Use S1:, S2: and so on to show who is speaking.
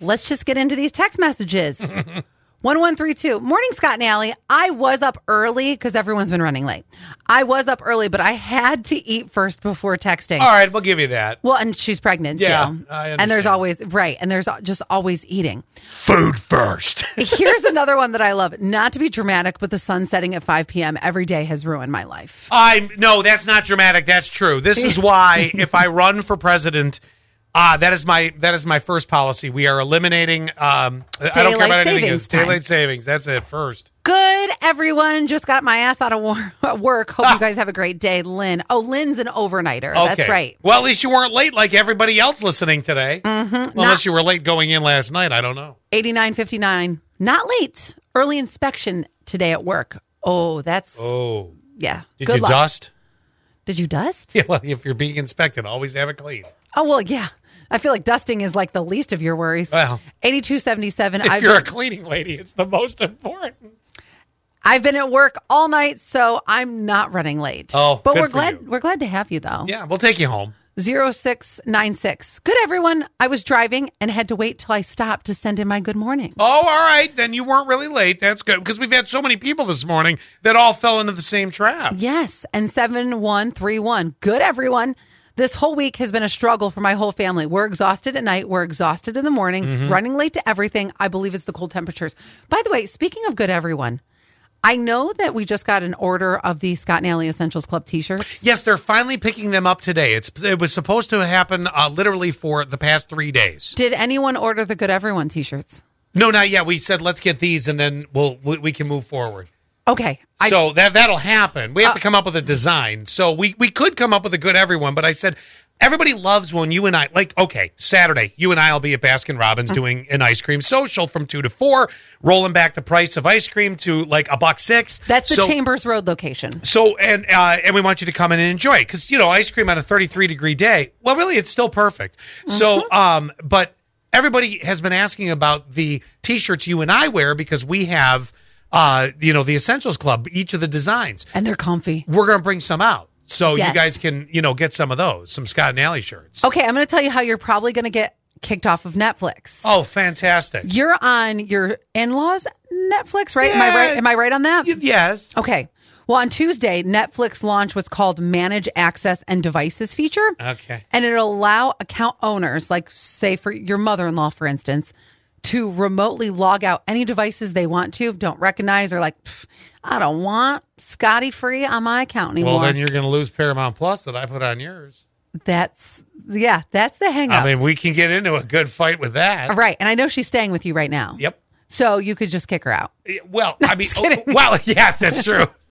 S1: Let's just get into these text messages. 1132. Morning, Scott and Allie. I was up early because everyone's been running late. I was up early, but I had to eat first before texting.
S2: All right, we'll give you that.
S1: Well, and she's pregnant
S2: Uh, Yeah,
S1: too.
S2: I
S1: And there's
S2: understand.
S1: always, right. And there's just always eating.
S2: Food first.
S1: Here's another one that I love. Not to be dramatic, but the sun setting at 5 p.m. every day has ruined my life.
S2: I no, that's not dramatic. That's true. This is why if I run for president, ah, that is my that is my first policy. We are eliminating. Um, I don't care
S1: Daylight
S2: about anything
S1: savings
S2: else.
S1: time.
S2: Daylight savings. That's it first.
S1: Good, everyone. Just got my ass out of war- work. Hope you guys have a great day, Lynn. Oh, Lynn's an overnighter. That's
S2: Okay.
S1: right.
S2: Well, at least you weren't late like everybody else listening today. Mm-hmm. Unless you were late going in last night. I don't know.
S1: 89.59. Not late. Early inspection today at work. Oh, that's,
S2: Oh,
S1: yeah.
S2: did
S1: Good
S2: you
S1: luck.
S2: dust?
S1: Did you dust?
S2: Yeah. Well, if you're being inspected, always have it clean.
S1: Oh, well, yeah. I feel like dusting is like the least of your worries.
S2: Well.
S1: 82.77.
S2: If
S1: I've
S2: you're
S1: been-
S2: a cleaning lady, it's the most important.
S1: I've been at work all night, so I'm not running late.
S2: Oh,
S1: but
S2: good
S1: we're
S2: for
S1: glad
S2: you.
S1: we're glad to have you though.
S2: Yeah, we'll take you home.
S1: Zero six nine six. Good everyone. I was driving and had to wait till I stopped to send in my good morning.
S2: Oh, all right. Then you weren't really late. That's good because we've had so many people this morning that all fell into the same trap.
S1: Yes, and seven one three one. Good everyone. This whole week has been a struggle for my whole family. We're exhausted at night. We're exhausted in the morning.
S2: Mm-hmm.
S1: Running late to everything. I believe it's the cold temperatures. By the way, speaking of good everyone, I know that we just got an order of the Scott and Alley Essentials Club T-shirts.
S2: Yes, they're finally picking them up today. It's it was supposed to happen uh, literally for the past three days.
S1: Did anyone order the Good Everyone T-shirts?
S2: No, not yet. We said let's get these and then we'll we, we can move forward.
S1: Okay. I,
S2: so that that'll happen. We have to come up with a design. So we we could come up with a good everyone, but I said everybody loves when you and I like okay, Saturday, you and I'll be at Baskin Robbins doing an ice cream social from 2 to 4, rolling back the price of ice cream to like a buck 6.
S1: that's the
S2: So-
S1: Chambers Road location.
S2: So and uh, and we want you to come in and enjoy it because you know ice cream on a 33 degree day. Well, really, it's still perfect. So
S1: Mm-hmm.
S2: um, but everybody has been asking about the t-shirts you and I wear because we have uh, you know the Essentials Club each of the designs.
S1: And they're comfy.
S2: We're gonna bring some out so
S1: Yes. Oh.
S2: you guys can you know get some of those some Scott and Alley shirts.
S1: Okay, I'm going to tell you how you're probably going to get kicked off of Netflix.
S2: Oh, fantastic!
S1: You're on your in-laws Netflix, right? Am I right?
S2: Yeah.
S1: Am I right on that?
S2: Y- yes.
S1: Okay. Well, on Tuesday, Netflix launched what's called Manage Access and Devices feature.
S2: Okay.
S1: And it'll allow account owners, like say for your mother in law, for instance, to remotely log out any devices they want to, don't recognize, or like, "Pff, I don't want Scotty free on my account anymore.
S2: Well, then you're gonna lose Paramount Plus that I put on yours.
S1: that's, yeah, that's the hang up.
S2: I mean, we can get into a good fight with that.
S1: right. And I know she's staying with you right now.
S2: Yep.
S1: So you could just kick her out.
S2: Yeah, Well, I mean, oh, well, yes, that's true.